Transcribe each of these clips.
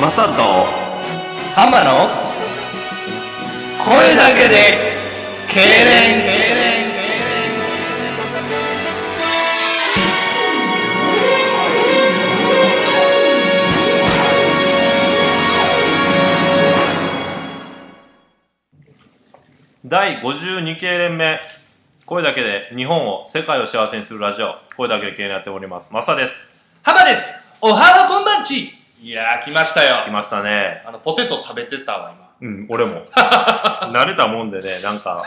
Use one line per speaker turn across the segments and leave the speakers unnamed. マサとハマの声だけで痙攣
第52系連盟声だけで日本を世界を幸せにするラジオ声だけで系連やっておりますマサです
ハマですおはこんばんちいやー来ました
来
よ
ましたね
あのポテト食べてたわ
うん俺 も慣れたもんでねなん か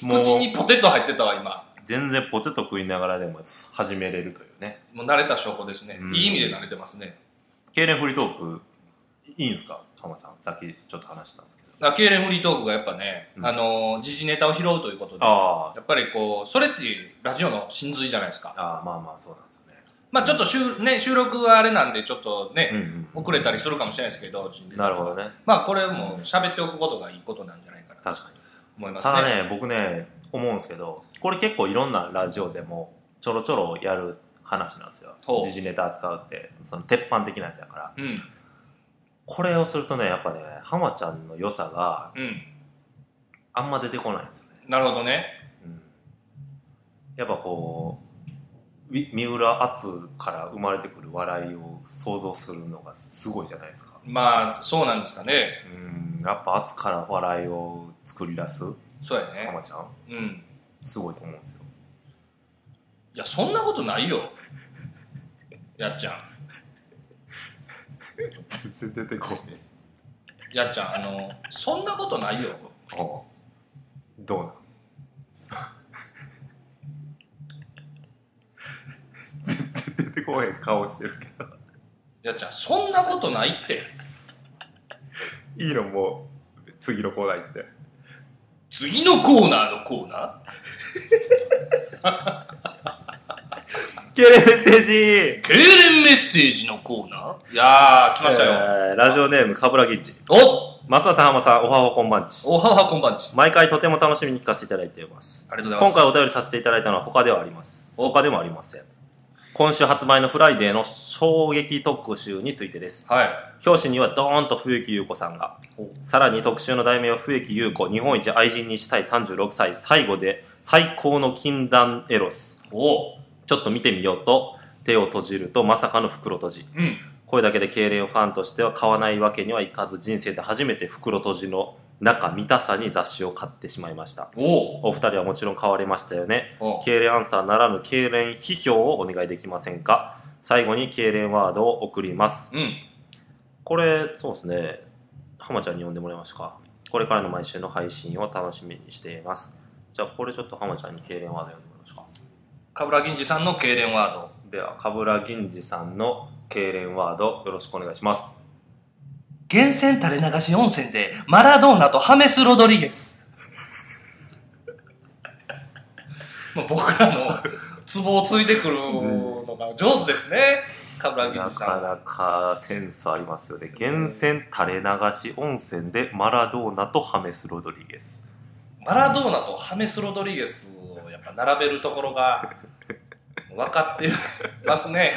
今
もう
口にポテト入ってたわ今
全然ポテト食いながらでも始めれるというね
もう慣れた証拠ですね
うん
いい意味で慣れてますね
経連フリートークいいんですかハマさんさっきちょっと話したんですけ
だから痙攣フリートークがやっぱね、
うん
あのー時事ネタを拾うということで
どあ
やっぱりこうそれっていうラジオの真髄じゃないですか
あああまあまあそうなんですよね
まあちょっと収,、ね、収録はあれなんでちょっとね、
うん
遅れたりするかもしれないですけど、
なるほどね
まあこれも喋っておくことがいいことなんじゃないかなと
確かに
思います
た
ね。
だね、僕ね、思うんですけど、これ結構いろんなラジオでもちょろちょろやる話なんですよ
ほ。う
時事ネタ扱うって、その鉄板的なやつだから。
うん、
これをするとね、やっぱね、浜ちゃんの良さが
うん。
あんま出てこないんですよね。
なるほどね。
うん、やっぱこう、み三浦篤から生まれてくる笑いを想像するのがすごいじゃないですか。
まあそうなんですかね。
うん、やっぱ篤から笑いを作り出す
そうやね。
浜ちゃん、
うん。
すごいと思うんですよ。
いや、そんなことないよ。やっちゃん。
全然出てこない。
やっちゃん、あの、そんなことないよ。
おどうなん全然出てこへん顔してるけ
やっちゃん、そんなことないって。
どいいのもう次のコーナー行って
次のコーナーのコーナー
けれメッセージ
経連メッセージのコーナーいやー、来ましたよ。
えーラジオネームかぶらぎっち
お
マサさん浜さんおはおはこんばんち
おははこんばんち。
毎回とても楽しみに聞かせていただいています
ありがとうござい
今
ます。
回お便りさせていただいたのは他ではあります。
お
他でもありません。今週発売のフライデーの衝撃特集についてです。
はい。
表紙にはドーンと冬木優子さんが
お。
さらに特集の題名は冬木優子、日本一愛人にしたい36歳、最後で最高の禁断エロス。
おう。
ちょっと見てみようと、手を閉じるとまさかの袋閉じ。
うん。
これだけで痙攣ファンとしては買わないわけにはいかず、人生で初めて袋閉じの中見たさに雑誌を買ってしまいました。
おう。
お二人はもちろん買われましたよね。
おう
痙攣アンサーならぬ痙攣批評をお願いできませんか最後に痙攣ワードを送ります。
うん。
これ、そうですね。浜ちゃんに呼んでもらいましたか。これからの毎週の配信を楽しみにしています。じゃあ、これちょっと浜ちゃんに痙攣ワード呼んでもらいましたか。
かぶら銀次さんの痙攣ワード。
では、かぶら銀次さんの痙攣ワードよろしくお願いします。
源泉垂れ流し温泉でマラドーナとハメス・ロドリゲス。 まあ、僕らのツボをついてくるのが上手ですね。かぶら銀
な
次
か
さ
なかセンスありますよね。源泉垂れ流し温泉でマラドーナとハメス・ロドリゲス。
ん。マラドーナとハメス・ロドリゲスをやっぱ並べるところが分かってますね。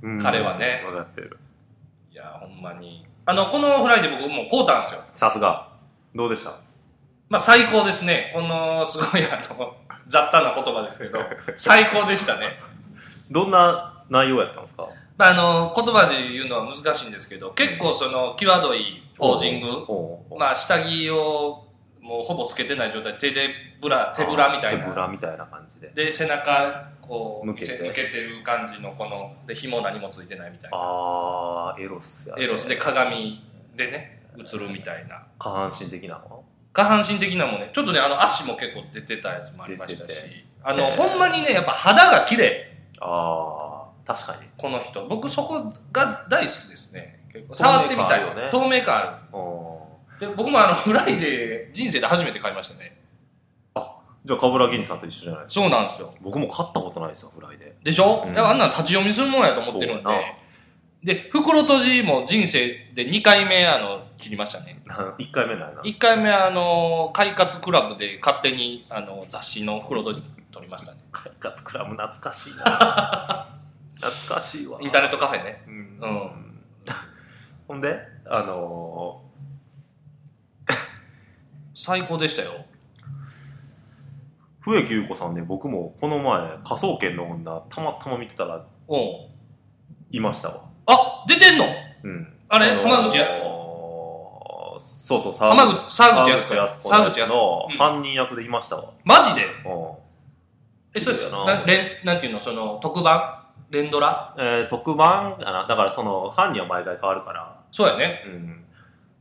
うん
彼はね
わかってる。
いや、ほんまに。あの、このフライデー僕もう買うたんですよ。
さすが。どうでした
まあ最高ですね。この、すごいあの、雑多な言葉ですけど、最高でしたね。
どんな内容やったんですか
まあ、あの言葉で言うのは難しいんですけど結構その際どいポージング、
おうおう
まあ、下着をもうほぼつけてない状態手でブラ手ぶらみたい
手ぶ
な
らみたいな感じで。
で背中こう
向けて
見せ抜けてる感じのこので紐何もついてないみたいな
あー、エロスや、
エロスで。鏡でね映るみたいな
下半身的なの
下半身的なもんねちょっとねあの足も結構出てたやつもありましたし
出て
あのほんまにねやっぱ肌が綺麗
あー、確かに。
この人僕そこが大好きですね結構触ってみたい
透明感あるよね
透明感ある
お
で僕もあのフライデー人生で初めて買いましたね
ーじゃあ、かぶらぎんさんと一緒じゃないですか。
そうなんですよ
僕も買ったことないですよ、フライで。
でしょ、
うん
だからあんなん立ち読みするもんやと思ってるん
そうや
でで袋閉じも人生で2回目あの切りましたね
1回目ないな。
1回目あの快活クラブで勝手にあの雑誌の袋閉じ取りましたね
快活クラブ懐 かしいな。懐かしいわ。
インターネットカフェね
うん。
うん
ほんで、あの
最高でしたよ。
ー、笛木優子さんね、僕もこの前、科捜研の女、たまたま見てたら、
うん。
いましたわ。
あ、出てんの
うん。
あれ
のー
浜口康
そうそう、沢
浜口、沢口康子。
沢口康子のやつ
沢口康子。
の
うん
犯人役でいましたわ。
マジで
うん
え、そうです
いいよ
な
な
れんなんていうのその、特番連ドラ
えー特番かなだからその犯人は毎回変わるから、
そうやね。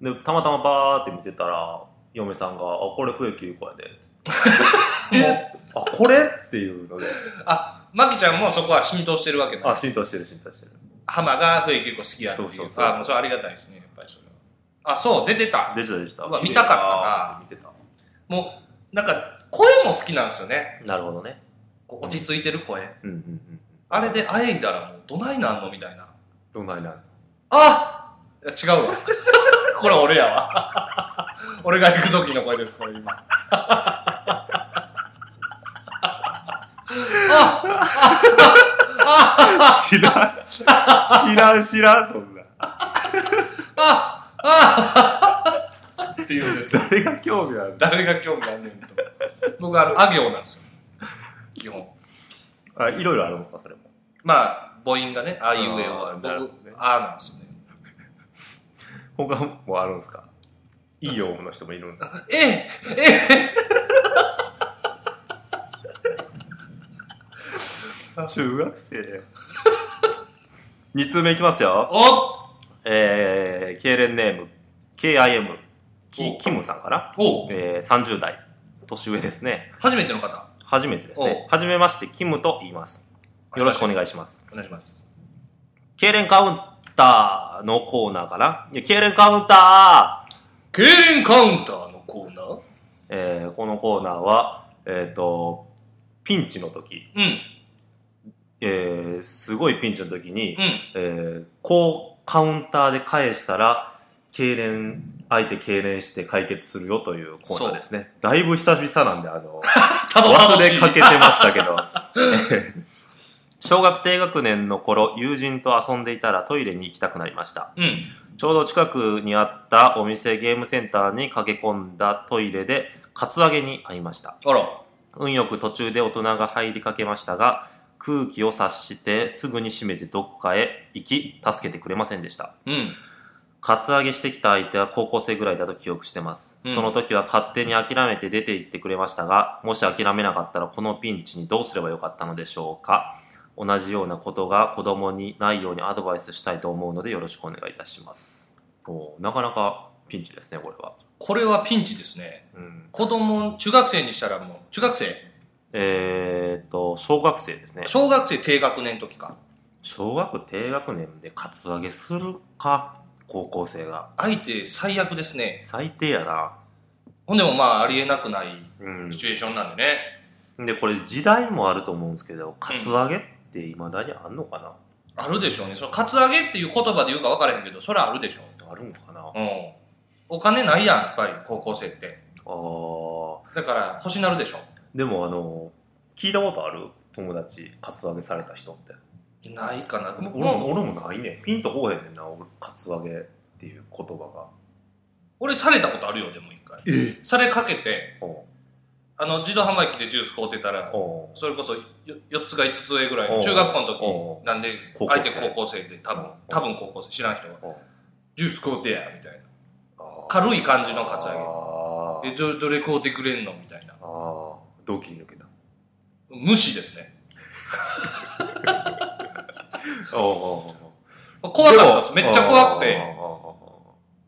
うん、でたまたまバーって見てたら嫁さんが「あこれ笛木優子やで」
え
あこれ?」っていうので
マキちゃんもそこは浸透してるわけだ。
あ浸透してる浸透してる
浜が笛結構好きやっていう。
そうそうそうそう
あ、もうそれありがたいですね、やっぱりそれは。あ、そう、出てた。
出てた出てた
うわ見たかったな
綺麗だなって
もう、なんか、声も好きなんですよね。
見てたなるほどね
こう落ち着いてる声。
うんうんうん
あれであえいだらもう、どないなんのみたいな。
どんなになる
あいや違うわ。 これ俺やわ。 俺が行く時の声です、これ今。あ
知らん知らん知らんそんな
あああっていうんです。
誰が興味ある
誰が興味あんねんと。僕はあの、あ行なんですよ。基本。
あいろいろあるんですかそれも
まあ、母音がね、あいうえお
あ
は、
ー
僕
なるほどね、
あーなんですよね。
他もあるんですかいいよの人もいるんですか
えええ
中学生 二通目いきますよ
お
えー、経連ネーム、KIM、キキムさんかな、
お
えー、30代、年上ですね。
初めての方、
初めてですね
お。
初めまして、キムと言います。よろしくお願いします。
お願いします。
経連カウンターのコーナーかないや経連カウンター
競輪カウンターのコーナー
えー、このコーナーは、えっ、と、ピンチの時、
うん、
えー、すごいピンチの時に
う、ん。
えー、こうカウンターで返したら、痙攣、相手痙攣して解決するよというコーナーですね。だいぶ久々なんで、あの、
ただ
忘れかけてましたけど。 小学低学年の頃、友人と遊んでいたらトイレに行きたくなりました。
うん。
ちょうど近くにあったお店ゲームセンターに駆け込んだトイレで、カツアゲに会いました。
あら。
運よく途中で大人が入りかけましたが、空気を察してすぐに閉めてどこかへ行き、助けてくれませんでした。
うん。
カツアゲしてきた相手は高校生ぐらいだと記憶してます。
うん
その時は勝手に諦めて出て行ってくれましたが、もし諦めなかったらこのピンチにどうすればよかったのでしょうか。同じようなことが子供にないようにアドバイスしたいと思うのでよろしくお願いいたします。おーなかなかピンチですね、これは。
これはピンチですね。
うん、
子供、中学生にしたらもう、中学生
えーっと、小学生ですね。
小学生低学年の時か。
小学低学年でカツアゲするか高校生が
相手最悪ですね。
最低やな
ほんでもまあ、ありえなくないうシ
ん
チュエーションなんでね。
でこれ時代もあると思うんですけどカツアゲっていまだにあんのかな、
あるでしょうね。その、カツアゲっていう言葉で言うか分からへんけど、それはあるでしょ
あるんかなあ
う。うん。お金ないやん、やっぱり、高校生って。
ー
だから、欲しなるでしょ。
でもあの聞いたことある友達カツアゲされた人って
ないかな。もう
俺も俺もないねんピンとこうへんねんな俺カツアゲっていう言葉
俺されたことあるよ、でも一回。
がえ
されかけて、
お
あの、自動販売機でジュース買うてたら、
お
それこそよ4つか5つ上ぐらい
お
の
う
中学校の
お
時
う
なんで
高校
相
生
手高校生で多分
おう
多分高校生知らん人は
お
ジュース買うてやみたいな軽い感じのカツアゲ
あ
え
ー
どどれ買うてくれんのみたいな
あー同期に抜けた
無視ですね
おお
怖かったですめっちゃ怖く
あー
て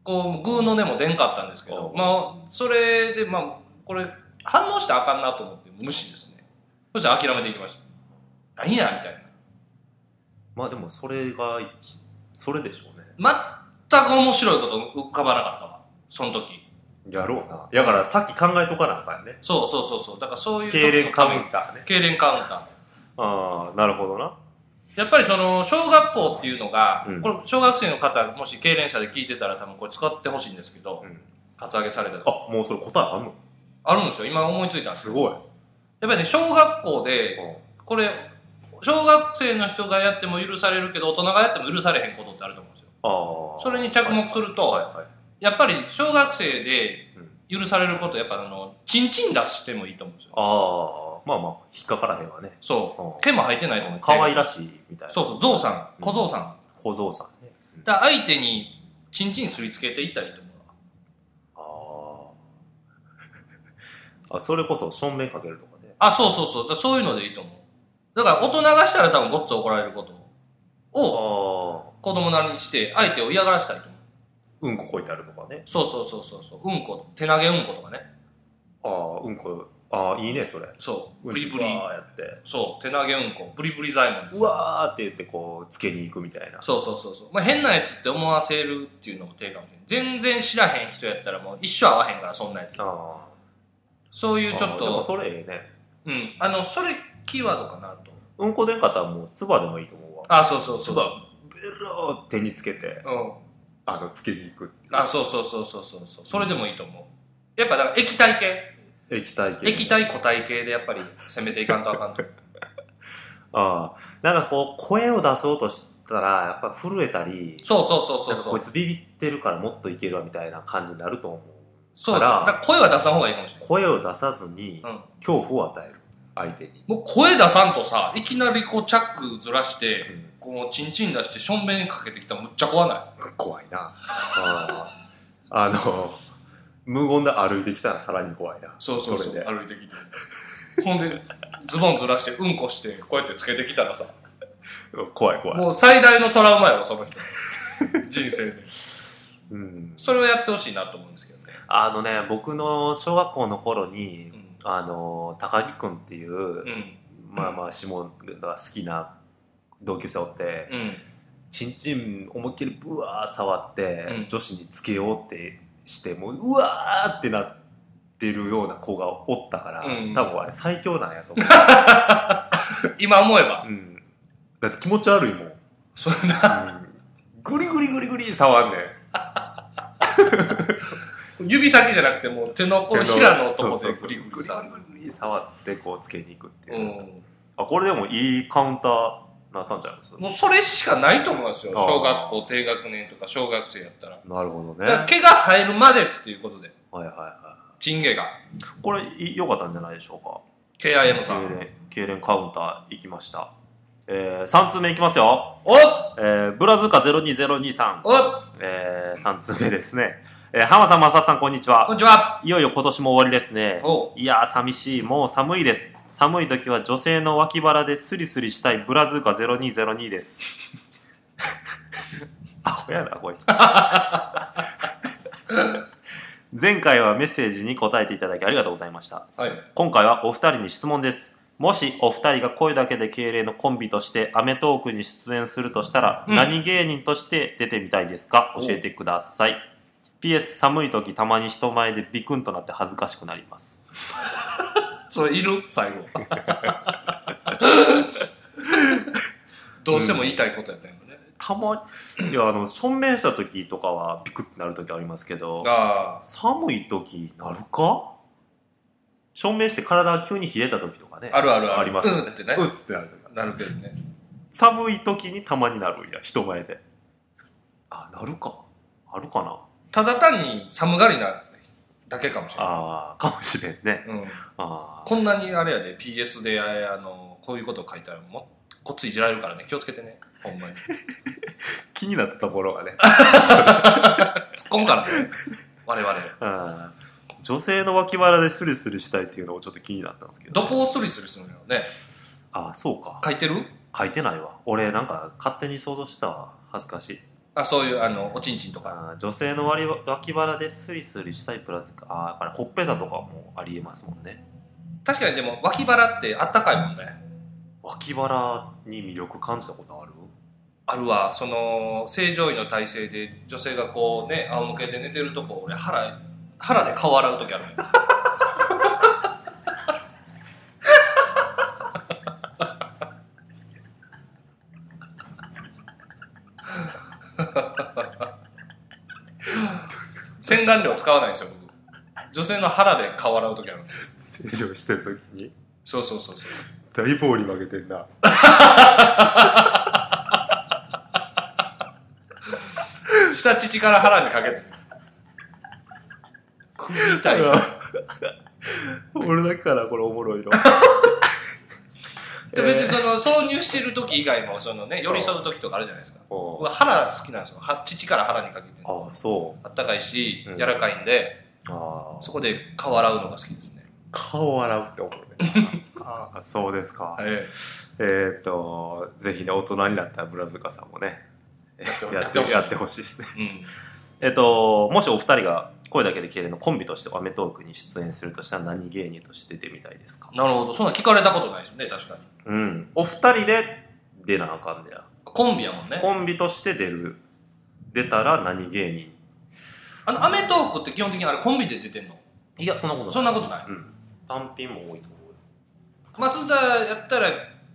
こうグーの音も出んかったんですけど
おう
まあそれでまあこれ反応したらあかんなと思って無視ですねそしたら諦めていきました何やみたいな
まあでもそれが一それでしょうね
全く面白いこと浮かばなかったわその時
やろうなだからさっき考えとかなあかんね
そうそうそうそうだからそういう時
痙攣
の
カウンターね
痙攣カウンター
ああなるほどな
やっぱりその小学校っていうのが、
うん
これ小学生の方もし経連者で聞いてたら多分これ使ってほしいんですけど、
うん
カツアゲされたと
あもうそれ答えあんの
あるんですよ今思いついたんです
すごい
やっぱりね小学校でこれ小学生の人がやっても許されるけど大人がやっても許されへんことってあると思うんですよ
ああ。
それに着目すると
はいはい。
やっぱり小学生で
うん
許されることやっぱあのチンチン出してもいいと思うんですよ
ああ、まあまあ、引っかからへんわね。
そ
うん
う毛も生えてないと思って
可愛らしいみたいな。
そうそうゾウさ
うん
ん小ゾウさん
小僧さんね。うん
だから相手にチンチンすりつけていったらいいと思う
ああ。あ、それこそ正面かけるとかね。
あそうそうそうだからそういうのでいいと思うだから大人がしたら多分ごっつ怒られること
あ
を
あ。
子供なりにして相手を嫌がらせたいと思う
うんここいてあるとかね。
そうそうそうそうそううんこ手投げうんことかね
ああ、うんこ、ああ、いいね、それ。
そう
うん
ブリブリ
うわーやって。
そう手投げうんこブリブリ左衛門です
うわーって言って、こう、つけに行くみたいな。
そうそうそうそう、まあ、変なやつって思わせるっていうのも手かもしれない全然知らへん人やったらもう一生会わへんからそんなやつ
あ
そうい
あ。
うちょっ
ああでも
と
それええね。
うんあのそれキーワードかなと
うんこ出んかったらもう、つばでもいいと思うわ。
あそうそうそ
つ
う
ば
そ、
ベロー手につけて、
う、うん、
あの、つけに行くっていう。
あそうそうそうそうそうそうそれでもいいと思うやっぱだから液体系
液体系。
液体固体系でやっぱり攻めていかんとあか んと
ああ。なんかこう、声を出そうとしたら、やっぱ震えたり、
そうそうそうそう
なんか
そ
こ
う
いつビビってるからもっといけるわみたいな感じになると思う。
そうそうだ
から
から声は出さん方がいいかもしれない
声を出さずに、
うん
恐怖を与える。相手に。
もう声出さんとさいきなりこうチャックずらして
うん
こうチンチン出して正面にかけてきたらむっちゃ怖ない
怖いな。あああの、無言で歩いてきたらさらに怖いな。
そうそうそう
れで。
歩いてきてほんでズボンずらしてうんこしてこうやってつけてきたらさ
怖い怖い。
もう最大のトラウマやろその人人生で
うん。
それはやってほしいなと思うんですけどね、
あのね、僕の小学校の頃に
う、ん
あの、高木くんっていう、
うん
まあまあ、下が好きな同級生おって、
うん
ちんちん思いっきりブワー触って、
うん
女子につけようってしてもううわーってなってるような子がおったから、
うん
多分あれ最強なんやと思
今思えば
う、うん、だって気持ち悪いもん、うん
そんな
グリグリグリグリ触んねん
指先じゃなくてもう手のこのひらのとこでグリグリ
さ
さ
グリグリグリ触ってこうつけに行くって
う
いうやつ、
ん
あこれでもいいカウンターなったんじゃないですか
もうそれしかないと思いますよ
あー
小学校低学年とか小学生やったら
なるほど
だ
ね
から毛が生えるまでっていうことで
はいはいは
チンゲが
いこれい良かったんじゃないでしょうか
KIM さ
痙
ん
攣痙攣カウンター行きました、えー、3通目いきますよ
おっ
えー、ブラズカ02023、
おっ
えー、3通目ですね。えー、浜さん、マサさん、こんにち
こ
は。
んにちはい
よいよ今年も終わりですね。
おう
いやー、寂しい。もう寒いです。寒い時は女性の脇腹でスリスリしたいブラズカ0202です。 アホやな、こい つ。前回はメッセージに答えていただきありがとうございました。
はい
今回はお二人に質問です。もしお二人が声だけで敬礼のコンビとしてアメトークに出演するとしたら、
うん
何芸人として出てみたいですか
お
教えてください。PS 寒い時たまに人前でビクンとなって恥ずかしくなります。
それいる最後どうしても言いたいことやったんやろね
たまに、いや、あの、証明した時とかはビクッとなる時ありますけど、
あ
寒い時なるか証明して体が急に冷えた時とかね。
ああるある
ありますよね
うんってね
うってなる時。
なるけどね
寒い時にたまになるんや、人前で。あ、なるか。あるかな。
ただ単に寒がりなだけかもしれない
ああ、かもしれんね。
うん
ああ。
こんなにあれやで PS であのこういうこと書いたらもこっついじられるからね気をつけてねほんまに突っ
気になったところがね。
込むからね我々
ああ女性の脇腹でスリスリしたいっていうのもちょっと気になったんですけど、
どこをスリスリするのよね
ああ、そうか。
書いてる
書いてないわ。俺、なんか勝手に想像したわ。恥ずかしい。
あそういうあのおちんちんとか
ああ女性の割り脇腹でスリスリしたいプラスか。ああ、だからほっぺたとかもありえますもんね。
確かにでも脇腹ってあったかいもんね
脇腹に魅力感じたことあ る
あるわその正常位の体勢で女性がこうね仰向けで寝てるとこ俺腹腹で顔洗う時あるもん洗顔料使わないんですよ僕女性の腹で顔洗う時あるんですよ
正常してる時に。
そうそうそうそう
大棒に負けてんな。
下乳から腹にかけて。首痛い。
俺だからこれおもろいの。
で別にその挿入してる時以外もそのね寄り添う時とかあるじゃないですか僕は腹好きなんですよは乳から腹にかけて
ああ、そ
あったかいし
うん
柔らかいんで、
う。ああ。
そこで顔洗うのが好きですね、
顔洗うって思うね。 ああ、そうですか。
え
えーっと、ぜひね、大人になったブラズカさんもね、え
や
や
っ
ってて
ほしい
やってほしいですね。
えうん
えっと、もしお二人が声だけで消えるのコンビとしてアメトークに出演するとしたら何芸人として出てみたいですか
なるほどそんな聞かれたことないですね確かに
うん。お二人で出なあかんねや。
コンビやもんね
コンビとして出る。出たら何芸人
あのアメトークって基本的にあれコンビで出てんの
いや、そんなことない。
そんなことない
うん。単品も多いと思うよ。
増田やったら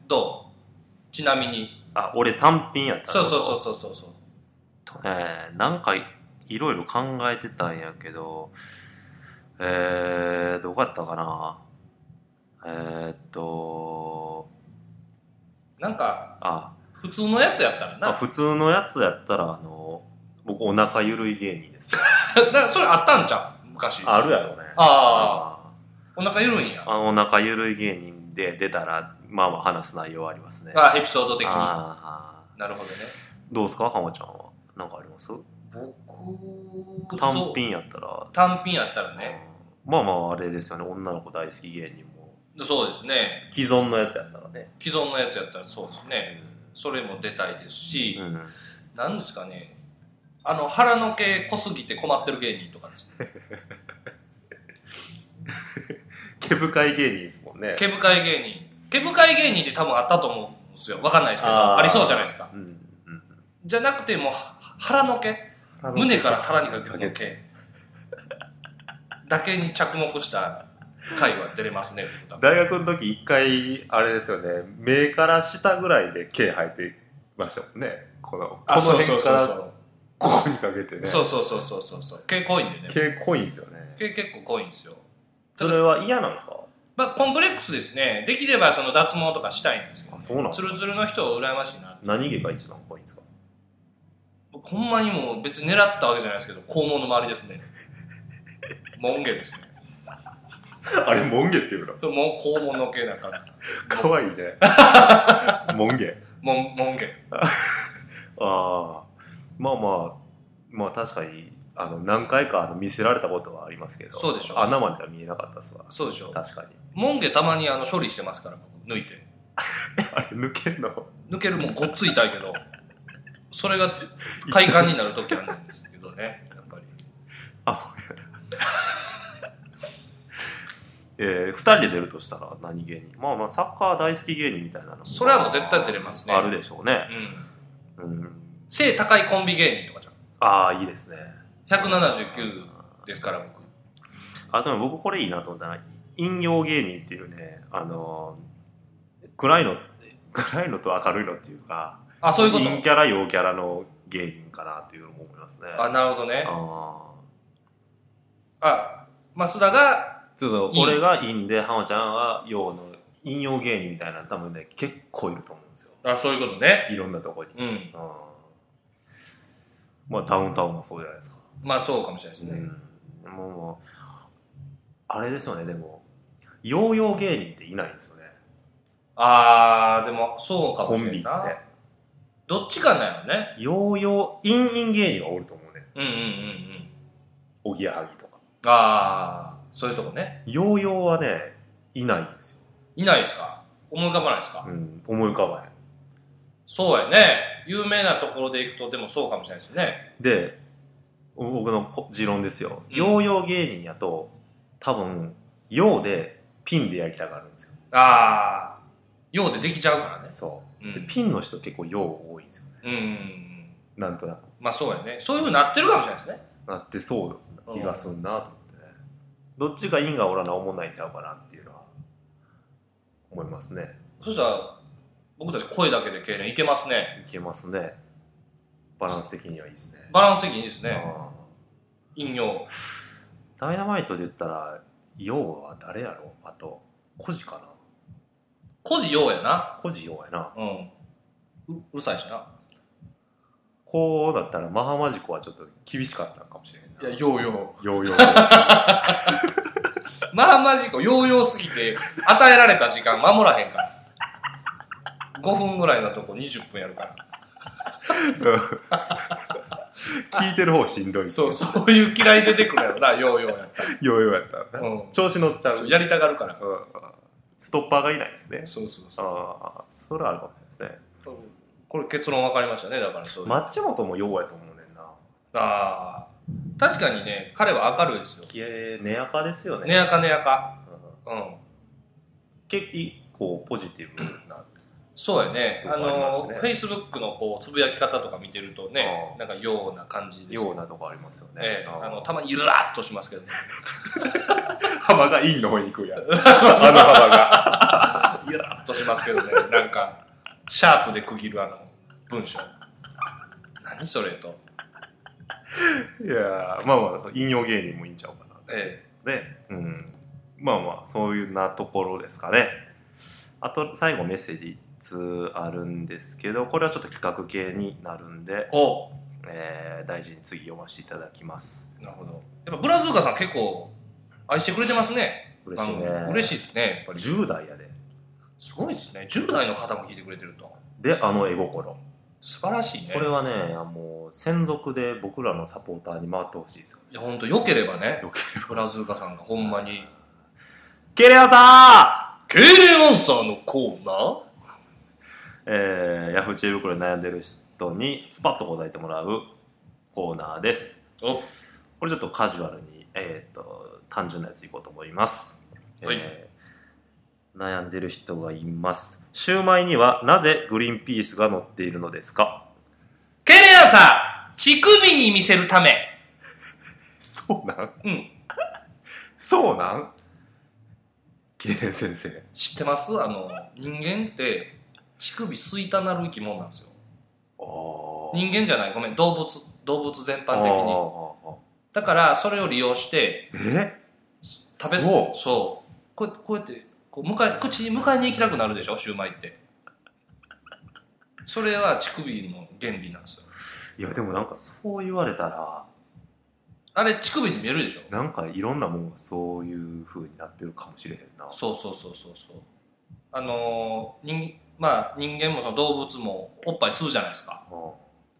どうちなみに
あ、俺単品やった。
そうそうそううそうそうそう
えー、なんかいいろいろ考えてたんやけど、えー、どうやったかな。えー、っと、
なんか
あ、
普通のやつやったらな
まあ、普通のやつやったら、あの、僕お腹ゆるい芸人 です。
だからそれあったんじゃん昔
あるやろね。
あーお腹緩いんや
あ。あの、お腹ゆるい芸人で出たら、まあまあ話す内容はありますね。あ
あエピソード的に
あ
なるほどね
ー。どうですか浜ちゃんは。なんかあります
僕
単
そう
品やったら、
単品やったらね
うんまあまああれですよね。女の子大好き芸人も。
そうですね
既存のやつやったらね。
既存のやつやったらそうですねそれも出たいですし、
うん。
なんですかねあの腹の毛濃すぎて困ってる芸人とかです
毛深い芸人ですもんね。
毛深い芸人毛深い芸人って多分あったと思うんですよわかんないですけど
あ
あ
ー
りそうじゃないですか
うん。うん
じゃなくてもうは腹の毛胸から腹にかけての毛だけに着目した回は出れますね多分
大学の時一回、あれですよね、目から下ぐらいで毛生えてましたもんね。この、この
あそう
辺
そ
か
うそ
ら
うそう
ここにかけてね。
そうそうそうそうそうそう毛濃いんでね
毛濃いんですよね。
毛結構濃いんですよ
それは嫌なんですか
まあコンプレックスですねできればその脱毛とかしたいんですけど、
あそうなん
ツルツルの人羨ましいな
何毛が一番濃いんですか
僕ほんまにもう別に狙ったわけじゃないですけど肛門の周りで すね門毛ですね
あれ、モン毛っていうの
これもう肛門の毛だから
かわいいね。モン毛。
門門毛
ああ。まあまあ、まあ確かに、あの、何回かあの見せられたことはありますけど。
そうでしょ
穴までは見えなかったっすわ。
そうでしょ
確かに。
門毛たまにあの処理してますから僕抜いて
あれ、抜けんの
抜けるもうごっつい痛いけどそれが快感になる時あるんですけどねやっぱり
あ、えー、二人で出るとしたら何芸人まあまあサッカー大好き芸人みたいなの
それはもう絶対出れますね
あるでしょうね。
うん
うん。
背高いコンビ芸人とかじゃん
ああ、いいですね。
179ですから僕
あとね僕これいいなと思ったら、飲用芸人っていうね、あのー暗いの、暗いのと明るいのっていうか、
あそういうこと
陰キャラ、陽キャラの芸人かなっていうのも思いますね。
あなるほどね
あ
あ増田が
ーそうそう、
いい
俺が陰で、ハマちゃんは陽の、陰陽芸人みたいなの多分ね、結構いると思うんですよ。
あそういうことね
いろんなとこに。
うん
うんまあダウンタウンもそうじゃないですか。
まあそうかもしれないですね、
うんもうもう、あれですよね、でも、ヨーヨー芸人っていないんですよね。
あーでもそうか
コ
もし
ンビ
れん
って
な。どっちかなよね
ヨーヨー、インイン芸人はおると思うね。
うんうんうんうん
おぎやはぎとか。
ああそういうとこね
ヨーヨーはね、いないんですよ。
いないですか思い浮かばないですか、
うん、思い浮かばへん。
そうやね有名なところで行くとでもそうかもしれないですね
で、お僕のこ持論ですよ。
うん
ヨーヨー芸人やと、多分、ヨーでピンでやりたがるんですよ。
ああようでできちゃうからね
そうう。で
ん、
ピンの人結構ヨー多いんですよね。
うんうんうん、
なんとなく。
まあそうやねそういうふうになってるかもしれないですね
なってそうな気がすんなと思ってね、どっちが因がおらなおもんないんちゃうかなっていうのは思いますね
そしたら僕たち声だけで痙攣いけますね
いけますねバランス的にはいいですね
バランス的にいいですね。
あ
引用。
ーダイナマイトで言ったら陽は誰やろあとコジか
個人用やな。
なコジ陽やな
うん。ううるさいしな。
こうだったらマハマジコはちょっと厳しかったのかもしれ
いや、
ないな。
ヨーヨ
ようよう。
ー。まあまじこ、ヨーヨーすぎて、与えられた時間守らへんから。5分ぐらいのとこ20分やるから。
聞いてる方しんどい。
そう、そういう嫌い出てくるやろな、ヨーヨーやった
う。ようようやった
ら。
らな。
うん。
調子乗っちゃう。
そうやりたがるから。
うんストッパーがいないですね。
そうそうそう。
ああ、それはあるかもしれないですね。
これ結論分かりましたね、だからそういう。
松本もようやと思うねんな。
あー確かにね、彼は明るいですよ。
きれい、ねやかですよね。
ねやかねやか。
うん
うん。
結構ポジティブな。
そうやね。あ
あり
の、
ますね
Facebook のこう、つぶやき方とか見てるとね
あ、ー
なんかような感じです
よ
よ
うなとこありますよね。
ええ、あの、た
ま
まにゆらっとしますけどね。
浜がインの方に行く やん。あの浜が。
ゆらっとしますけどね。なんか、シャープで区切るあの、文章。何それと。
いやーまあまあ、引用芸人もいいんちゃうかな。
え
ね。うん。まあまあ、そういうなところですかね。あと、最後メッセージ1つあるんですけど、これはちょっと企画系になるんで
え。、お
えー大事に次読ませていただきます。
なるほど。やっぱブラズーカさん結構、愛してくれてますね。
嬉しいね
番。組嬉しいですね、やっぱり。
10代やで。
すごいですね。10代の方も聞いてくれてると。
で、あの絵心。
素晴らしいね。
これはね、もう、専属で僕らのサポーターに回ってほしいですよね。
いや、ほんと、良ければね、
よければ
ブラズーカさんがほんまに、
ケレアさん
敬礼アンサーのコーナー
えー、ヤフー知恵袋で悩んでる人にスパッと答えてもらうコーナーです。
お
これちょっとカジュアルに、えー、と、単純なやついこうと思います。
はい
えー悩んでる人がいます。シューマイにはなぜグリーンピースが乗っているのですか
敬礼アンサー乳首に見せるため
そうなん
うん。
そうなんケレン先生。
知ってますあの、人間って、乳首すいたなる生き物なんですよ。
お
人間じゃない、ごめん、動物、動物全般的に。
般
だから、それを利用して、
的に。え
食べ、
そう
そうこうやって、こうやって、こう迎え、口に迎えに行きたくなるでしょ、シューマイって。それは乳首の原理なんですよ。
いや、でもなんかそう言われたら、
あれ、乳首に見えるでしょ
なんかいろんなもんがそういう風になってるかもしれへんな。
そうそうそうそうそうあのー人まあ人間もその動物もおっぱい吸うじゃないですか
あ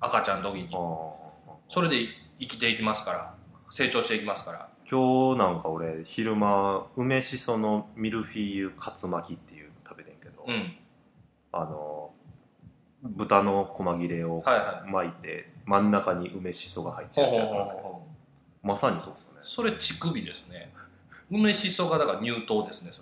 赤ちゃんの時に
あ
それでい生きていきますから成長していきますから
今日なんか俺、昼間、梅しそのミルフィーユカツ巻きっていうの食べてんけど、
うん
あの、豚の細切れを
はいはい
巻いて、真ん中に梅しそが入って
ほう
る
ほ
やつ
うほう
なんですけど、
ほ
まさにそうですよね
う。それ乳首ですね梅しそがだから乳糖ですねそ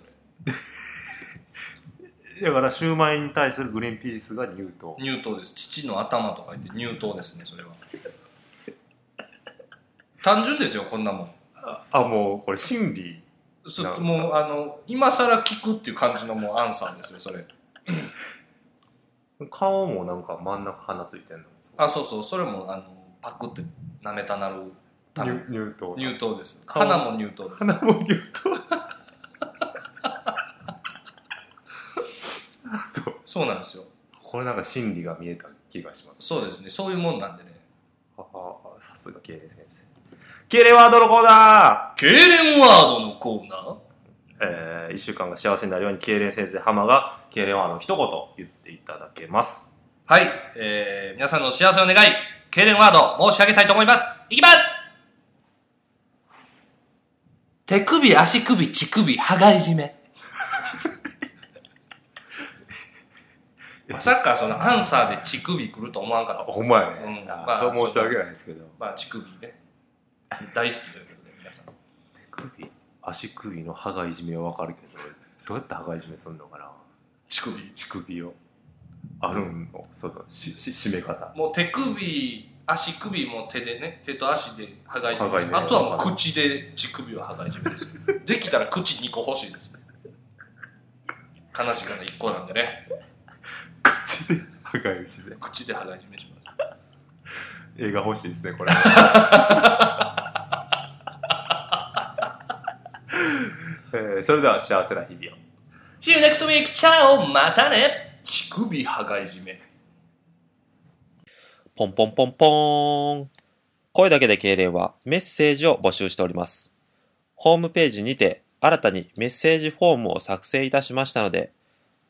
れ
だからシューマイに対するグリーンピースが乳糖
乳糖です父の頭とか言って乳糖ですねそれは単純ですよこんなもん
あもうこれ心理
そ
なんですか
もうあの今さら聞くっていう感じのもうアンサーですよそれ
顔もなんか真ん中鼻ついてんの
あそうそうそれもあのパクって舐めたなるため
乳乳糖
乳糖です
顔
花も乳糖です
鼻も乳糖そう
そうなんですよ
これなんか心理が見えた気がします
そうですねそういうもんなんでね
ああさすが敬礼先生敬礼ワードのコーナー
痙攣ワードのコーナー
えー、一週間が幸せになるように敬礼先生浜が敬礼ワードの一言言っていただけます
はい、えー、皆さんの幸せを願い痙攣ワード申し上げたいと思いますいきます手首足首乳首羽がいじめまさかそのアンサーで乳首来ると思わんかった
ほんまやね、
うん
あ
まあ
そう申し訳ないですけど
まあ乳首ね大好きということで皆さん
手首足首の歯がいじめはわかるけどどうやって歯がいじめすんのかな
乳首
乳首をあるんのそのしし締め方
もう手首足首も手でね手と足で羽がいじめ
羽
で
交い
す
締め
あとはもう口で乳首は羽がいじめですよ できたら口2個欲しいですね悲しいから1個なんでね
口で歯がいじめ
口で羽がいじめします
映画欲しいですねこれ えーそれでは幸せな日々を
See you next week! チャオまたね乳首羽がいじめ
ポンポンポンポーン。声だけで敬礼はメッセージを募集しております。ホームページにて新たにメッセージフォームを作成いたしましたので、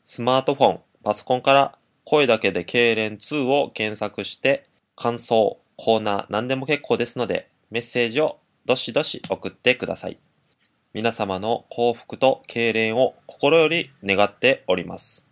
スマートフォン、パソコンから声だけで敬礼2を検索して、感想、コーナー、何でも結構ですので、メッセージをどしどし送ってください。皆様の幸福と敬礼を心より願っております。